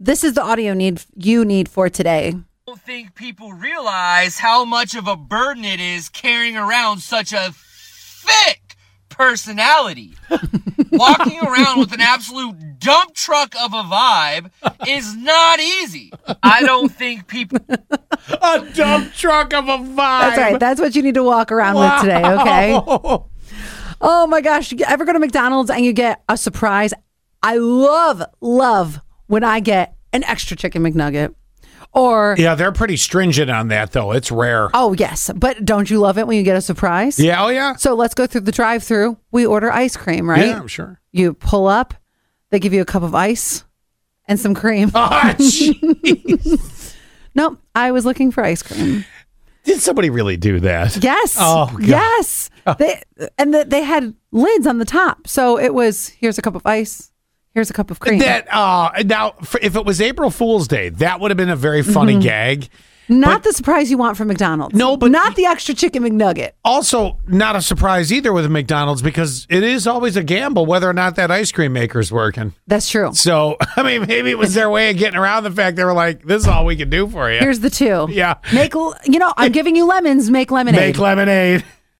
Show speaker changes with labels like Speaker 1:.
Speaker 1: This is the audio need you need for today.
Speaker 2: don't think people realize how much of a burden it is carrying around such a thick personality. Walking around with an absolute dump truck of a vibe is not easy. I don't think people
Speaker 3: a dump truck of a vibe.
Speaker 1: That's right. That's what you need to walk around with today, okay? Oh my gosh, you ever go to McDonald's and you get a surprise? I love, love when I get an extra chicken McNugget. Or,
Speaker 3: Yeah, they're pretty stringent on that though. It's rare.
Speaker 1: oh yes, but don't you love it when you get a surprise?
Speaker 3: Yeah, oh yeah.
Speaker 1: So let's go through the drive through. We order ice cream, right?
Speaker 3: Yeah, I'm sure.
Speaker 1: You pull up, they give you a cup of ice and some cream.
Speaker 3: Ah, gee.
Speaker 1: Nope, I was looking for ice cream.
Speaker 3: Did somebody really do that?
Speaker 1: Yes.
Speaker 3: Oh, God. Oh.
Speaker 1: yes. They and the, they had lids on the top, so it was here's a cup of ice, here's a cup of cream.
Speaker 3: That uh now for, if it was April Fool's Day, that would have been a very funny gag.
Speaker 1: not the surprise you want from McDonald's.
Speaker 3: No, but-
Speaker 1: not the extra chicken McNugget.
Speaker 3: Also, not a surprise either with McDonald's because it is always a gamble whether or not that ice cream maker's working.
Speaker 1: That's true.
Speaker 3: So, I mean, maybe it was their way of getting around the fact they were like, "This is all we can do for you."
Speaker 1: Here's the two.
Speaker 3: Yeah.
Speaker 1: Make l- you know I'm giving you lemons. Make lemonade.
Speaker 3: Make lemonade.